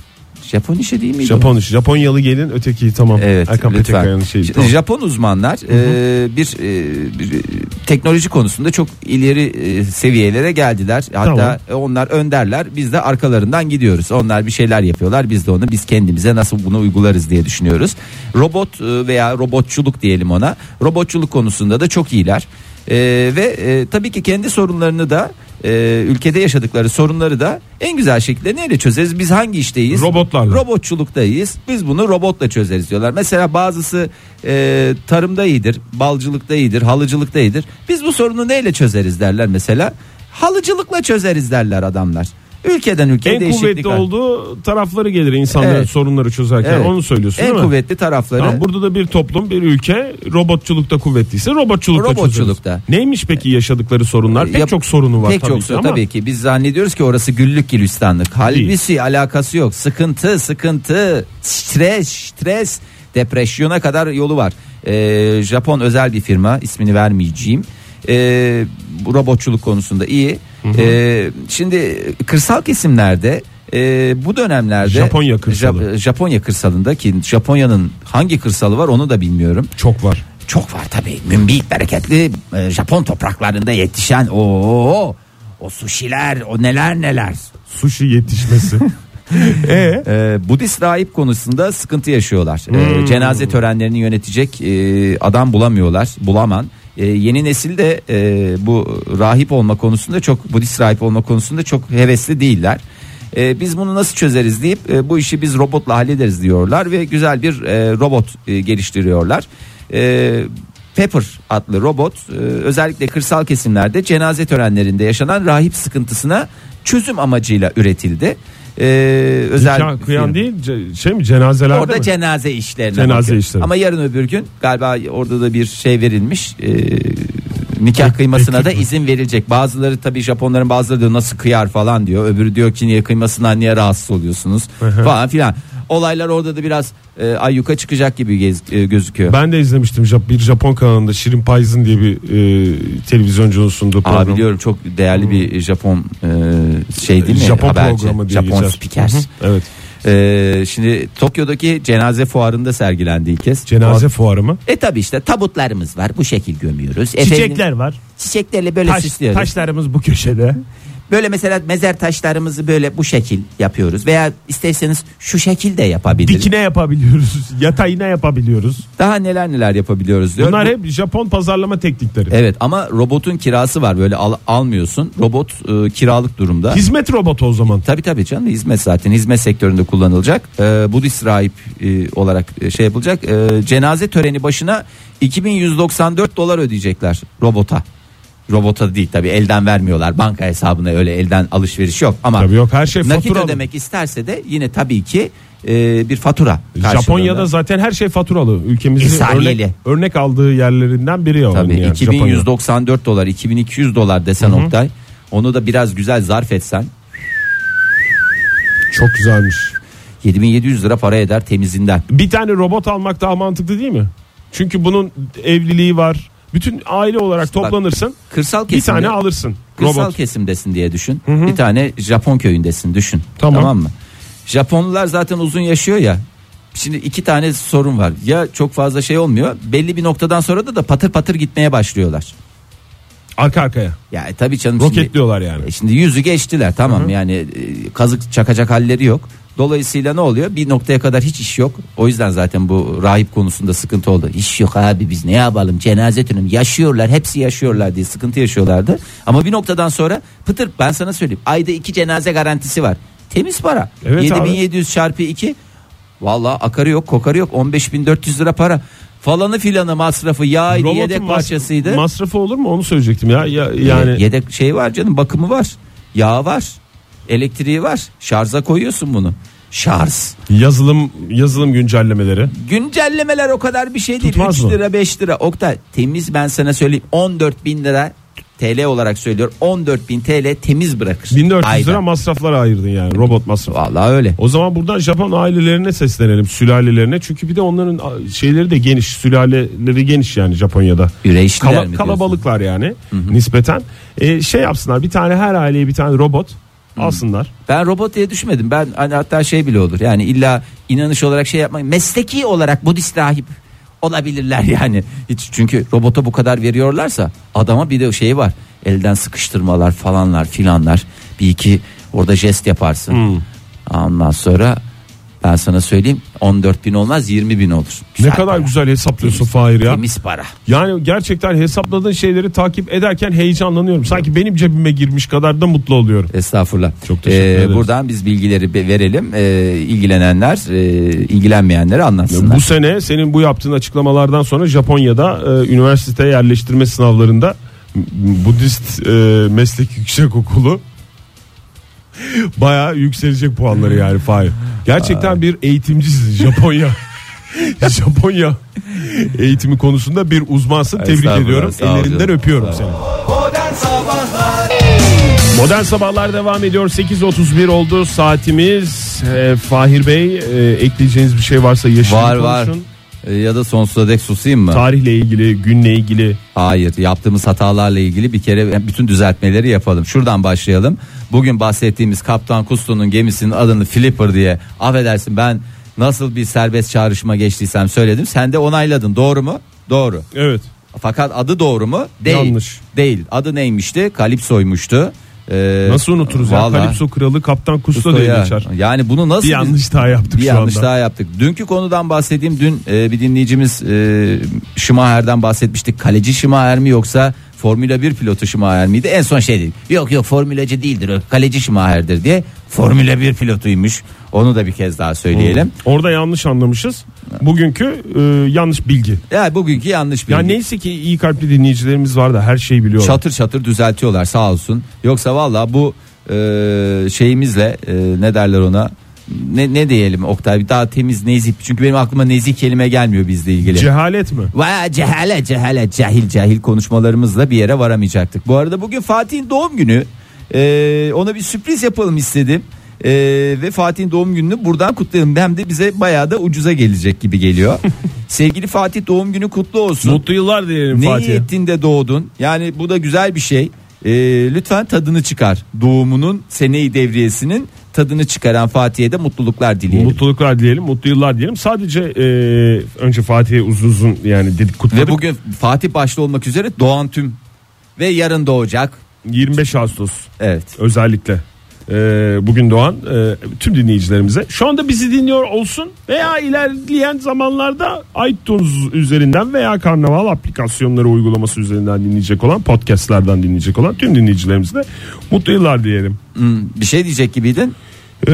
Japon işi değil miydi? Japon işi. Japonyalı gelin öteki tamam. e, Evet Erkan lütfen. Petekaya'nın şeyi. J- Tamam. Japon uzmanlar e, bir, e, bir, e, teknoloji konusunda çok ileri e, seviyelere geldiler. Hatta Tamam. e, onlar önderler biz de arkalarından gidiyoruz. Onlar bir şeyler yapıyorlar biz de onu biz kendimize nasıl bunu uygularız diye düşünüyoruz. Robot e, veya robotçuluk diyelim ona robotçuluk konusunda da çok iyiler. E, ve e, tabii ki kendi sorunlarını da e, ülkede yaşadıkları sorunları da en güzel şekilde neyle çözeriz? Biz hangi işteyiz? Robotlarla. robotçuluktayız. Biz bunu robotla çözeriz diyorlar. Mesela bazısı e, tarımda iyidir, balcılıkta iyidir, halıcılıkta iyidir. Biz bu sorunu neyle çözeriz derler mesela. Halıcılıkla çözeriz derler adamlar. Ülkeden ülkeye En değişiklik kuvvetli var. olduğu tarafları gelir insanların Evet. sorunları çözerken. Evet. Onu söylüyorsun en değil mi? kuvvetli tarafları. Tamam, burada da bir toplum, bir ülke robotçulukta kuvvetliyse robotçulukta Robotçulukta. çözeriz. Neymiş peki yaşadıkları sorunlar? Pek Ee, Yap- çok sorunu var Pek tabii çok ki sorun ama tabii ki. Biz zannediyoruz ki orası güllük gülistanlık. Halbuki alakası yok. Sıkıntı, sıkıntı, stres, stres, depresyona kadar yolu var. Ee, Japon özel bir firma, ismini vermeyeceğim. Ee, bu robotçuluk konusunda iyi. Ee, şimdi kırsal kesimlerde e, bu dönemlerde Japonya kırsalı. Jap- Japonya kırsalında ki Japonya'nın hangi kırsalı var onu da bilmiyorum çok var. çok var tabii. Mümbit bereketli e, Japon topraklarında yetişen o o suşiler o neler neler. Sushi yetişmesi. e E, Budist rahip konusunda sıkıntı yaşıyorlar. E, cenaze törenlerini yönetecek e, adam bulamıyorlar. Bulaman. E, yeni nesil de e, bu rahip olma konusunda çok Budist rahip olma konusunda çok hevesli değiller. E, biz bunu nasıl çözeriz deyip e, bu işi biz robotla hallederiz diyorlar ve güzel bir e, robot e, geliştiriyorlar. E, Pepper adlı robot e, özellikle kırsal kesimlerde cenaze törenlerinde yaşanan rahip sıkıntısına çözüm amacıyla üretildi. E, özel nikah kıyan film. değil ce- şey mi cenazelerde Orada mi? cenaze işlerine Cenaze bakıyor. işleri. Ama yarın öbür gün galiba orada da bir şey verilmiş. e, nikah Ek- kıymasına da ekip mi? izin verilecek. Bazıları tabii Japonların bazıları diyor nasıl kıyar falan diyor. Öbürü diyor ki niye kıymasından niye rahatsız oluyorsunuz falan filan. Olaylar orada da biraz e, ayyuka çıkacak gibi gez- e, gözüküyor. Ben de izlemiştim Jap- bir Japon kanalında Şirin Payız'ın diye bir e, televizyoncunun sunduğu Aa, program. biliyorum çok değerli bir Japon e, şey değil mi? Hmm. Japon Haberci. programı diye Japon geçer. spiker. Hı hı, Evet. E, şimdi Tokyo'daki cenaze fuarında sergilendi ilk kez. Cenaze fuarı mı? E tabi işte tabutlarımız var. Bu şekil gömüyoruz. Efendim, Çiçekler var. çiçeklerle böyle Taş, süslüyoruz. taşlarımız bu köşede. Böyle mesela mezar taşlarımızı böyle bu şekil yapıyoruz. Veya isterseniz şu şekilde yapabiliriz. Dikine yapabiliyoruz. Yatayına yapabiliyoruz. Daha neler neler yapabiliyoruz diyor. Bunlar Bu- hep Japon pazarlama teknikleri. Evet ama robotun kirası var böyle al- almıyorsun. Robot e, kiralık durumda. Hizmet robotu o zaman. Tabii tabii canım hizmet zaten hizmet sektöründe kullanılacak. Ee, Budist rahip e, olarak e, şey yapılacak. Ee, cenaze töreni başına 2194 dolar ödeyecekler robota. Robota değil tabii elden vermiyorlar. Banka hesabına öyle elden alışveriş yok ama Tabii yok her şey nakit faturalı. ödemek isterse de yine tabii ki e, bir fatura. karşılığında. Japonya'da zaten her şey faturalı. Ülkemizin İsrailiyeli. örnek, örnek aldığı yerlerinden biri o. Tabii yani Japonya. 2194 dolar 2200 dolar desen Oktay onu da biraz güzel zarf etsen Çok güzelmiş. 7700 lira para eder temizinden. Bir tane robot almak daha mantıklı değil mi? Çünkü bunun evliliği var. Bütün aile olarak toplanırsın. Kırsal bir kesimde, tane alırsın. kırsal Robot. kesimdesin diye düşün. Bir tane Japon köyündesin düşün. Tamam. Tamam. mı? Japonlular zaten uzun yaşıyor ya. Şimdi iki tane sorun var. Ya çok fazla şey olmuyor. Belli bir noktadan sonra da da patır patır gitmeye başlıyorlar. Arka arkaya. Ya e, tabii canım şimdi- Roketliyorlar yani. E Şimdi yüzü geçtiler tamam yani e, kazık çakacak halleri yok. Dolayısıyla ne oluyor? Bir noktaya kadar hiç iş yok. O yüzden zaten bu rahip konusunda sıkıntı oldu. İş yok abi biz ne yapalım? Cenaze tünüm yaşıyorlar. Hepsi yaşıyorlar diye sıkıntı yaşıyorlardı. Ama bir noktadan sonra pıtır ben sana söyleyeyim. Ayda iki cenaze garantisi var. Temiz para. Evet 7700 çarpı 2 Valla akarı yok kokarı yok 15.400 lira para falanı filanı masrafı yağıydı Robotun yedek mas- parçasıydı. Masrafı olur mu onu söyleyecektim ya. ya yani Evet, yedek şey var canım bakımı var. Yağı var. Elektriği var. Şarja koyuyorsun bunu. Şarj. yazılım yazılım güncellemeleri. Güncellemeler o kadar bir şey değil. Tutmaz 3 mı? lira 5 lira. Oktay temiz ben sana söyleyeyim 14 bin lira TL olarak söylüyor. 14 bin TL temiz bırakır. 1400 lira Ayda. masraflara ayırdın yani robot masrafı. Vallahi öyle. O zaman buradan Japon ailelerine seslenelim, sülalelerine. Çünkü bir de onların a- şeyleri de geniş, sülaleleri geniş yani Japonya'da. Üreyişliler Kala- mi diyorsun? kalabalıklar yani nispeten. E, şey yapsınlar, bir tane her aileye bir tane robot alsınlar. Ben robot diye düşmedim. Ben hani hatta şey bile olur. Yani illa inanış olarak şey yapmak mesleki olarak Budist rahip olabilirler yani. Hiç çünkü robota bu kadar veriyorlarsa adama bir de şey var. Elden sıkıştırmalar falanlar filanlar. Bir iki orada jest yaparsın. Hmm. Ondan sonra ben sana söyleyeyim 14 bin olmaz 20 bin olur. Ne Güzel kadar para. güzel hesaplıyorsun Temiz- Fahir ya. Temiz para. Yani gerçekten hesapladığın şeyleri takip ederken heyecanlanıyorum. Sanki benim cebime girmiş kadar da mutlu oluyorum. Estağfurullah. Ee, Çok teşekkür ederiz. Buradan biz bilgileri be- verelim. Ee, ilgilenenler, e, ilgilenmeyenleri anlatsınlar. Bu sene senin bu yaptığın açıklamalardan sonra Japonya'da e, üniversite yerleştirme sınavlarında m- Budist e, Meslek Yüksekokulu bayağı yükselecek puanları yani Fahir. Gerçekten bir eğitimcisin Japonya. Japonya eğitimi konusunda bir uzmansın. Tebrik Estağfurullah, ediyorum. sağ ol Ellerinden canım. öpüyorum seni. Modern Sabahlar Modern Sabahlar devam ediyor. 8.31 oldu saatimiz. E, Fahir Bey e, ekleyeceğiniz bir şey varsa yaşayın Var var. konuşun. Ee, Ya da sonsuza dek susayım mı? Tarihle ilgili, günle ilgili Hayır. Yaptığımız hatalarla ilgili bir kere bütün düzeltmeleri yapalım. Şuradan başlayalım. Bugün bahsettiğimiz Kaptan Kusto'nun gemisinin adını Flipper diye affedersin ben nasıl bir serbest çağrışma geçtiysem söyledim. Sen de onayladın. Doğru mu? Doğru. Evet. Fakat adı doğru mu? Değil. Yanlış. Değil. Adı neymişti? Kalipso'ymuştu. Ee, Nasıl unuturuz ya? vallahi Kalipso kralı Kaptan Kusto diye Kusto'ya- geçer. Yani bunu nasıl Bir biz- yanlış daha yaptık bir şu yanlış anda. daha yaptık. Dünkü konudan bahsedeyim. Dün e, bir dinleyicimiz e, Şımaher'den bahsetmiştik. Kaleci Şımaher mi yoksa Formula 1 pilotu Şımaher miydi? En son şey dedik. Yok yok formülacı değildir o kaleci Şımaher'dir diye. Formula 1 pilotuymuş. Onu da bir kez daha söyleyelim. Orada yanlış anlamışız. Bugünkü e, yanlış bilgi. Ya bugünkü yanlış bilgi. Ya neyse ki iyi kalpli dinleyicilerimiz var da her şeyi biliyorlar. Çatır çatır düzeltiyorlar sağ olsun. Yoksa valla bu e, şeyimizle e, ne derler ona? Ne, ne diyelim Oktay daha temiz nezih çünkü benim aklıma nezih kelime gelmiyor bizle ilgili. Cehalet mi? Vay cehale cehale cahil cahil konuşmalarımızla bir yere varamayacaktık. Bu arada bugün Fatih'in doğum günü. Ee, ona bir sürpriz yapalım istedim. Ee, ve Fatih'in doğum gününü buradan kutlayalım. Hem de bize bayağı da ucuza gelecek gibi geliyor. Sevgili Fatih doğum günü kutlu olsun. Mutlu yıllar dileyelim Ne iyi Fatih'e. ettin de doğdun. Yani bu da güzel bir şey. Ee, lütfen tadını çıkar. Doğumunun seneyi devriyesinin tadını çıkaran Fatih'e de mutluluklar dileyelim. Mutluluklar dileyelim, mutlu yıllar dileyelim. Sadece e, önce Fatih'e uzun uzun yani dedik kutladık. Ve bugün Fatih başta olmak üzere doğan tüm ve yarın doğacak. 25 Ağustos. Evet. özellikle e, bugün doğan e, tüm dinleyicilerimize şu anda bizi dinliyor olsun veya ilerleyen zamanlarda iTunes üzerinden veya Karnaval aplikasyonları uygulaması üzerinden dinleyecek olan podcastlerden dinleyecek olan tüm dinleyicilerimize mutlu yıllar diyelim. Hmm, bir şey diyecek gibiydin. E,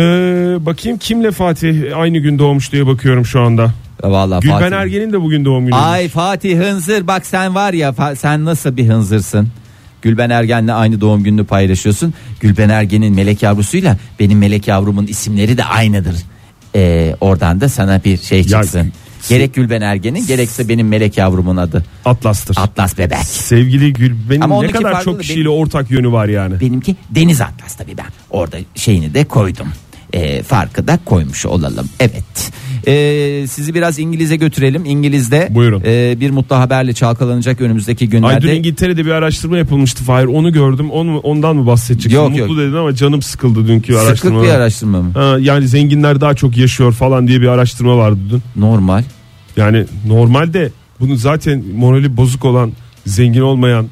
bakayım kimle Fatih aynı gün doğmuş diye bakıyorum şu anda. E, Vallahi Gülben Fatih. Ergen'in de bugün doğum günü. Ay Fatih Hınzır bak sen var ya fa- sen nasıl bir hınzırsın. Gülben Ergen'le aynı doğum gününü paylaşıyorsun. Gülben Ergen'in melek yavrusuyla benim melek yavrumun isimleri de aynıdır. Ee, oradan da sana bir şey çıksın. Gerek Gülben Ergen'in gerekse benim melek yavrumun adı Atlastır. Atlas Bebek. Sevgili Ama Gülben'in ne ondaki kadar farklı çok da kişiyle ortak yönü var yani. Benimki Deniz Atlas tabii ben orada şeyini de koydum. e, farkı da koymuş olalım. Evet. E, sizi biraz İngiliz'e götürelim. İngiliz'de Buyurun. e, bir mutlu haberle çalkalanacak önümüzdeki günlerde. Ay dün İngiltere'de bir araştırma yapılmıştı Fahir onu gördüm onu, ondan mı bahsedeceksin? Yok, Mutlu yok. dedin ama canım sıkıldı dünkü Sıklık bir araştırma. araştırma mı? Ha, yani zenginler daha çok yaşıyor falan diye bir araştırma vardı dün. Normal. Yani normalde bunu zaten morali bozuk olan zengin olmayan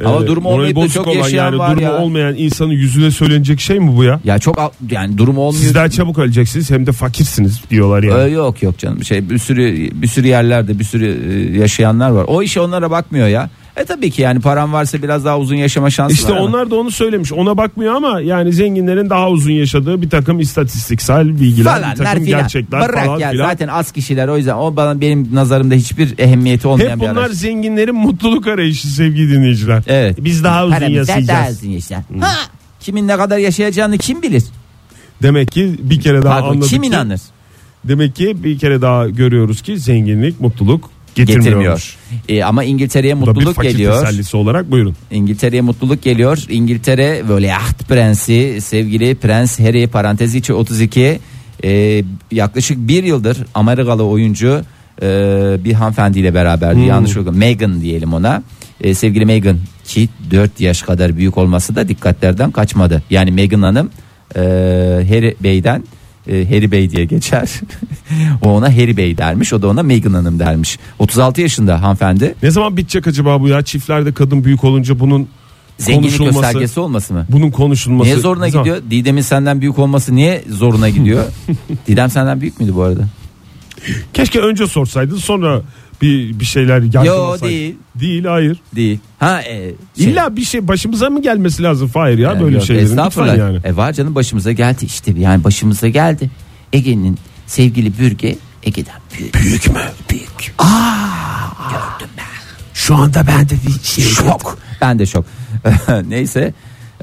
e, Ama durumu morali olmayıp da bozuk çok olan, yaşayan yani var durumu ya. olmayan insanın yüzüne söylenecek şey mi bu ya? Ya çok al- yani durum olmuyor. Siz daha çabuk öleceksiniz hem de fakirsiniz diyorlar yani. Ee, yok yok canım şey bir sürü bir sürü yerlerde bir sürü e, yaşayanlar var. O işe onlara bakmıyor ya. E tabii ki yani param varsa biraz daha uzun yaşama şansı İşte var. ama- onlar da onu söylemiş. Ona bakmıyor ama yani zenginlerin daha uzun yaşadığı bir takım istatistiksel bilgiler, falan bir takım filan. gerçekler Bırak falan ya filan. zaten az kişiler o yüzden o bana benim nazarımda hiçbir ehemmiyeti olmayan Hep bir bunlar araç. zenginlerin mutluluk arayışı sevgili dinleyiciler. Evet. Biz daha uzun Paramız da daha yaşayacağız. uzun yaşa. Hmm. Ha, kimin ne kadar yaşayacağını kim bilir? Demek ki bir kere daha Pardon, anladık. kim ki- inanır? Demek ki bir kere daha görüyoruz ki zenginlik mutluluk getirmiyor. Getirmiyor. E, ama İngiltere'ye Bu da bir mutluluk fakir geliyor. tesellisi olarak buyurun. İngiltere'ye mutluluk geliyor. İngiltere veliaht prensi sevgili Prens Harry parantez içi 32 e, yaklaşık bir yıldır Amerikalı oyuncu e, bir hanımefendiyle beraberdi. Yanlış oldu. Meghan diyelim ona. E, sevgili Meghan ki 4 yaş kadar büyük olması da dikkatlerden kaçmadı. Yani Meghan Hanım e, Harry Bey'den e, Harry Bey diye geçer. o ona Harry Bey dermiş. O da ona Meghan Hanım dermiş. 36 yaşında hanımefendi. Ne zaman bitecek acaba bu ya? Çiftlerde kadın büyük olunca bunun Zenginlik konuşulması, göstergesi olması mı? bunun konuşulması. Niye zoruna Ne zaman? gidiyor? Didem'in senden büyük olması niye zoruna gidiyor? Didem senden büyük müydü bu arada? Keşke önce sorsaydın sonra bir bir şeyler yargılasaydın. değil. Değil hayır. Değil. Ha e, şey- İlla bir şey başımıza mı gelmesi lazım Fahir ya Yani böyle yok, şeylerin Estağfurullah. lütfen yani. E var canım başımıza geldi işte yani başımıza geldi. Ege'nin sevgili bürge Ege'den büyük. Büyük mü? Büyük. Aa, gördüm ben. Şu anda bende bir şey Şok. Ben de şok. Neyse.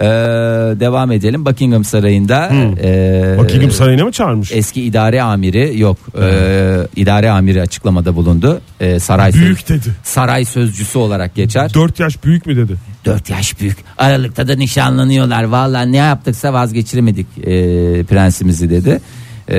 e, devam edelim. Buckingham Sarayı'nda e, Hmm. Buckingham Sarayı'na mı çağırmış? eski idare amiri yok e, idare amiri açıklamada bulundu E, saray Büyük dedi. saray sözcüsü olarak geçer 4 yaş büyük mü dedi? 4 yaş büyük aralıkta da nişanlanıyorlar vallahi ne yaptıksa vazgeçiremedik e, prensimizi dedi E,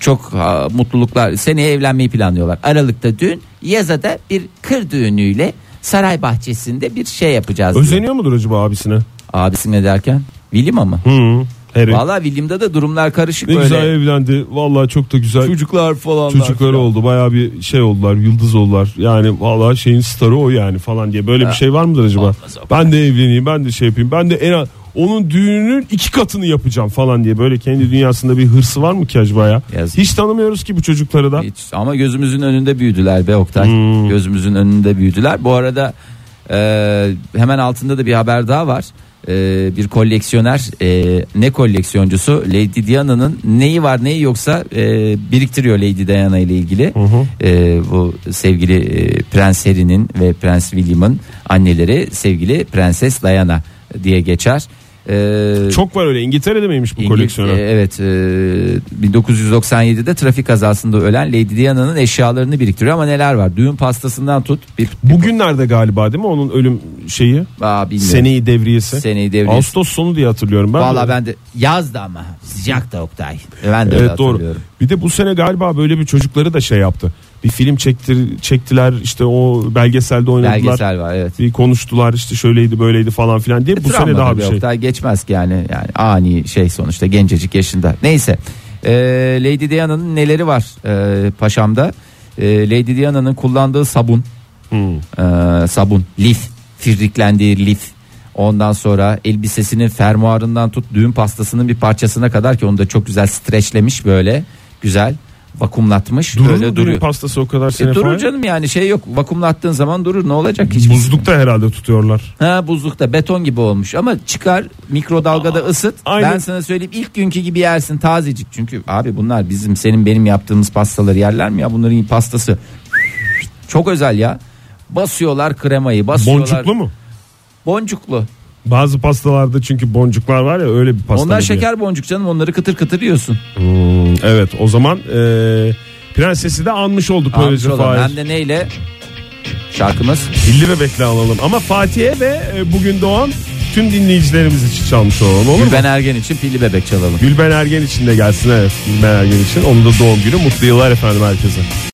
çok ha, mutluluklar seneye evlenmeyi planlıyorlar aralıkta düğün yazada bir kır düğünüyle saray bahçesinde bir şey yapacağız diyor. Özeniyor mudur acaba abisine? abisi ne derken William ama Hı. Harry. Valla William'da da durumlar karışık ne böyle. güzel evlendi. Vallahi çok da güzel. Çocuklar falan. Çocukları oldu. Bayağı bir şey oldular. Yıldız oldular. Yani vallahi şeyin starı o yani falan diye. Böyle bir şey var mıdır acaba? Olmaz, olmaz. Ben de evleneyim. Ben de şey yapayım. Ben de en az onun düğününün iki katını yapacağım falan diye. Böyle kendi dünyasında bir hırsı var mı ki acaba ya? Yazık. Hiç tanımıyoruz ki bu çocukları da. Hiç, ama gözümüzün önünde büyüdüler be Oktay. Gözümüzün önünde büyüdüler. Bu arada e, hemen altında da bir haber daha var. E, bir koleksiyoner e, ne koleksiyoncusu Lady Diana'nın neyi var neyi yoksa e, biriktiriyor Lady Diana ile ilgili. E, bu sevgili e, Prens Harry'nin ve Prens William'ın anneleri sevgili Prenses Diana diye geçer. E, Çok var öyle. İngiltere'de miymiş bu İngiliz- koleksiyona? e, Evet, e, 1997'de trafik kazasında ölen Lady Diana'nın eşyalarını biriktiriyor ama neler var? Düğün pastasından tut bir Bugünlerde galiba değil mi onun ölüm şeyi? Aa, bilmiyorum. Seneyi devriyesi. Seneyi devriyesi. Ağustos sonu diye hatırlıyorum ben. Valla ben de yazdı ama sıcak da Oktay. Ben de öyle Evet doğru. hatırlıyorum. Bir de bu sene galiba böyle bir çocukları da şey yaptı. Bir film çektir, çektiler işte o belgeselde oynadılar. Belgesel E, var evet. Bir konuştular işte şöyleydi böyleydi falan filan diye. bu Travma sene daha tabii bir şey. Oktay geçmez ki yani yani ani şey sonuçta gencecik yaşında. Neyse. Ee, Lady Diana'nın neleri var ee, paşamda? Ee, Lady Diana'nın kullandığı sabun, Hmm. Ee, sabun, lif, firriklendiği lif. Ondan sonra elbisesinin fermuarından tut düğün pastasının bir parçasına kadar ki onu da çok güzel streçlemiş böyle güzel vakumlatmış Durur böyle mu duruyor. duruyor. pastası o kadar E, sene durur falan? canım yani şey yok vakumlattığın zaman durur ne olacak hiç. Buzlukta herhalde tutuyorlar. Ha buzlukta beton gibi olmuş ama çıkar mikrodalgada ısıt. aynen. Ben sana söyleyeyim ilk günkü gibi yersin tazecik. Çünkü abi bunlar bizim senin benim yaptığımız pastaları yerler mi ya bunların pastası. Çok özel ya. Basıyorlar kremayı basıyorlar. Boncuklu mu? Boncuklu. Bazı pastalarda çünkü boncuklar var ya öyle bir pasta. Onlar gibi. şeker boncuk canım onları kıtır kıtır yiyorsun. Hmm, evet o zaman e, prensesi de anmış olduk Almış böylece olan. Fahir. Hem de neyle? Şarkımız. Pilli bebekle alalım. Ama Fatih'e ve e, bugün doğan tüm dinleyicilerimiz için çalmış olalım olur mu? Gülben Ergen için pilli bebek çalalım. Gülben Ergen için de gelsin evet. Gülben Ergen için. Onun da doğum günü. Mutlu yıllar efendim herkese.